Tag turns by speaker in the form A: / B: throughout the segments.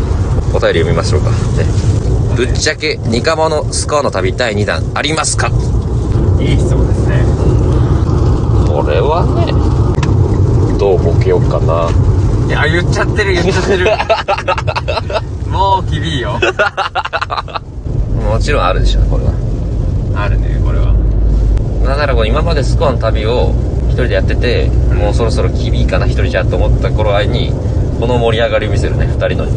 A: 便り読みましょうか。ねぶっちゃけ、ニカマのスコアの旅第2弾、ありますか
B: いい質問ですね
A: これはね、どうボケようかな。
B: いや言っちゃってる言っちゃって るもう厳いよ
A: もちろんあるでしょ、これは。
B: あるねこれは
A: だからこう今までスコアの旅を一人でやってて、もうそろそろ厳いかな、一人じゃと思った頃合いに、この盛り上がりを見せるね、二人の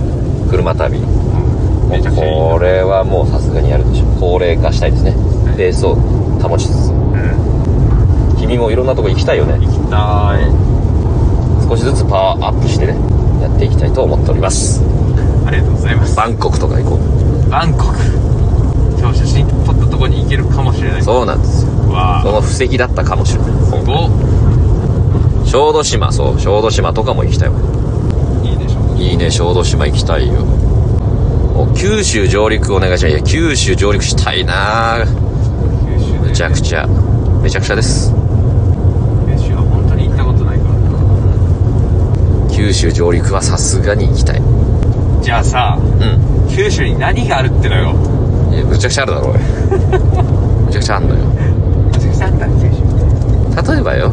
A: 車旅。も
B: め
A: う
B: ちゃくちゃいい
A: これはもうさすがにやるでしょ高齢化したいですね
B: はい
A: ベースを保ちつつ
B: うん
A: 君もいろんなとこ行きたいよね
B: 行きたい
A: 少しずつパワーアップしてねやっていきたいと思っております
B: ありがとうございます
A: バンコクとか行こう
B: バンコク今日写真撮ったとこに行けるかもしれない
A: そうなんですよ
B: うわ
A: その布石だったかもしれない
B: ーすご
A: 小豆島そう小豆島とかも行きたいわ
B: っいいでしょ
A: いいね小豆島行きたいよもう九州上陸お願いしますいや九州上陸したいな
B: 九州
A: めちゃく
B: ゃ
A: ちゃめちゃくちゃです
B: 九州は本当に行ったことないから
A: 九州上陸はさすがに行きたいうん
B: じゃあさ九州に何があるってのよ
A: いやむちゃくちゃあるだろおい むちゃくちゃあんのよ
B: めちゃくちゃあったね九州
A: 例えばよ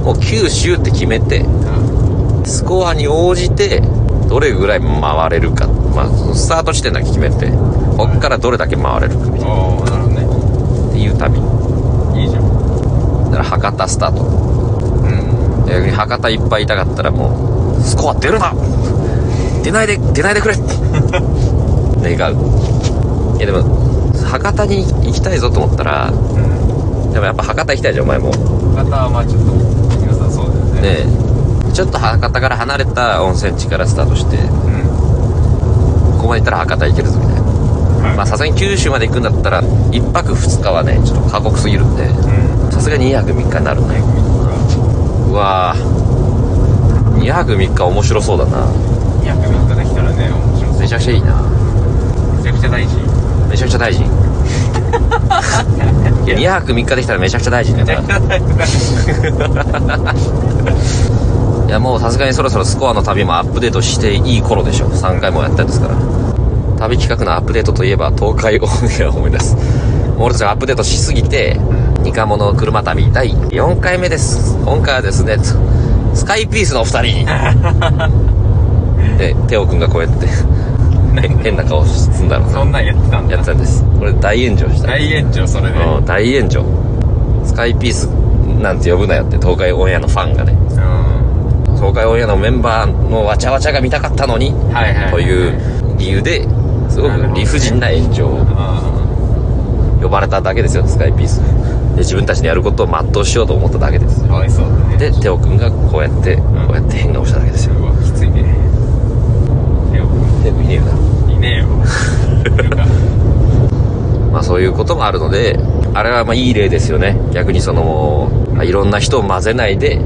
B: うん
A: もう九州って決めて
B: うん
A: スコアに応じてどれぐらい回れるかまあそのスタート地点だけ決めてこっからどれだけ回れるかみたい
B: おおなる
A: な
B: ほど
A: っていう旅だ
B: ねいいじゃん
A: から博多スタート
B: うん
A: で逆に博多いっぱいいたかったらもうスコア出るな出ないで出ないでくれ 願ういやでも博多に行きたいぞと思ったら
B: うん
A: でもやっぱ博多行きたいじゃんお前も
B: 博多はまあちょっと良さそうだよね
A: ねえちょっと博多から離れた温泉地からスタートして
B: うん
A: ここまで行ったら博多行けるぞみたいな
B: はい
A: まあさすがに九州まで行くんだったら1泊2日はねちょっと過酷すぎるんで
B: うん
A: さすがに2泊3日になるねうわー2泊3日面白そうだな
B: 約3日できたらね面白そう
A: めちゃくちゃいいな
B: めちゃくちゃ大事
A: めちゃくちゃ大事 いや2泊3日できたらめちゃくちゃ大事だよな
B: 大事
A: いやもうさすがにそろそろスコアの旅もアップデートしていい頃でしょ3回もやったんですから旅企画のアップデートといえば東海オンエアを思い出す俺たちがアップデートしすぎてニカモの車旅第4回目です今回はですねつスカイピースのお二 人でテオ君がこうやって変変な顔すんだろう
B: そんなんやってたん
A: やって
B: だ
A: たんですこれ大炎上した
B: 大炎上それで
A: うん大炎上スカイピースなんて呼ぶなよって東海オンエアのファンがね
B: うん
A: 東海オンエアのメンバーのわちゃわちゃが見たかったのに
B: はいはい
A: という理由ですごく理不尽な炎上を
B: あ
A: 呼ばれただけですよスカイピースで自分たちのやることを全うしようと思っただけです
B: あかわいそうだね
A: でテオ君がこうやってこうやって変顔しただけですよ
B: うわきついね手を
A: テオ君いねえよない
B: ねえよなんか
A: まあそういうこともあるのであれはまあいい例ですよね逆にその、まあ、いろんな人を混ぜないで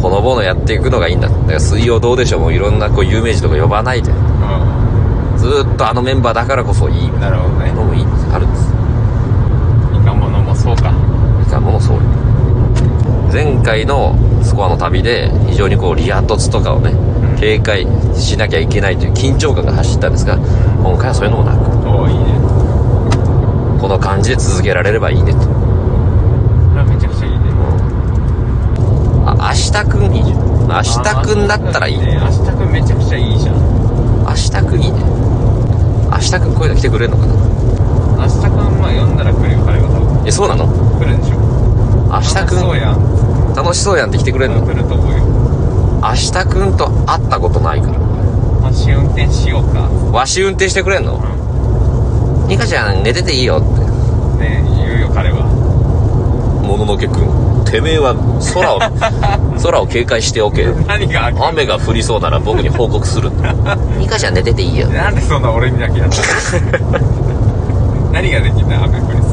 A: ほのぼのやっていくのがいいんだだから水曜どうでしょうもういろんなこう有名人とか呼ばないでずーっとあのメンバーだからこそいい
B: うんなるほどね
A: のもいいあるんです
B: いかんものもそうか
A: いかものそう前回のスコアの旅で非常にこうリア凸とかをね
B: ん
A: 警戒しなきゃいけないという緊張感が走ったんですが今回はそういうのもなく
B: おおいいね
A: この感じで続けられればいいねと
B: これはめちゃくちゃいいね
A: あ明日くんいいじゃん明日くんだったらいいね
B: ね明日くんめちゃくちゃいいじゃん
A: 明日くんいいね明日くんこういうの来てくれるのかな
B: 明日くんまあ呼んだら来るよ彼は多分
A: えそうなの
B: 来るんでしょ
A: 明日く
B: そうんやん
A: 楽しそうやんって来てくれるの
B: 来ると思うよ
A: 明日くんと会ったことないから
B: マシ運転しようか
A: わし運転してくれんのニカちゃん寝てていいよって
B: ね言うよ彼は
A: もののけくんてめえは空 を空を警戒しておけ
B: 何があ
A: 雨が降りそうなら僕に報告する ミカちゃん寝てていいよ
B: なんでそんな俺にだけやったの 何ができんだ雨降りそ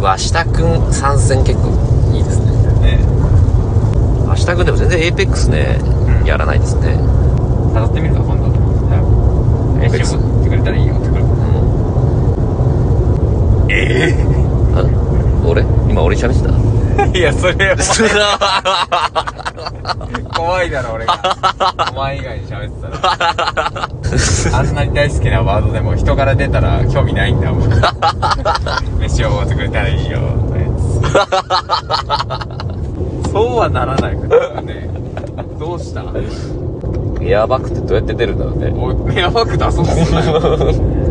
B: う
A: わしたくん参戦結構いいですね
B: ね
A: わしたくんでも全然エイペックスね
B: うん
A: やらないですね
B: 辿ってみるか今度え
A: 別
B: し持ってくれたらいいよってくる
A: うん
B: ええ
A: あ俺今俺喋ってた
B: いや、それ、
A: は
B: 怖いだろ、俺が。お前以外に喋ってたら。あんなに大好きなワードでも人から出たら興味ないん だもん。飯をおごってくれたらいいよ、とかや つそうはならないからね。どうした
A: いやばくてどうやって出るんだろうね
B: おい、迷惑出そうとすんなよ。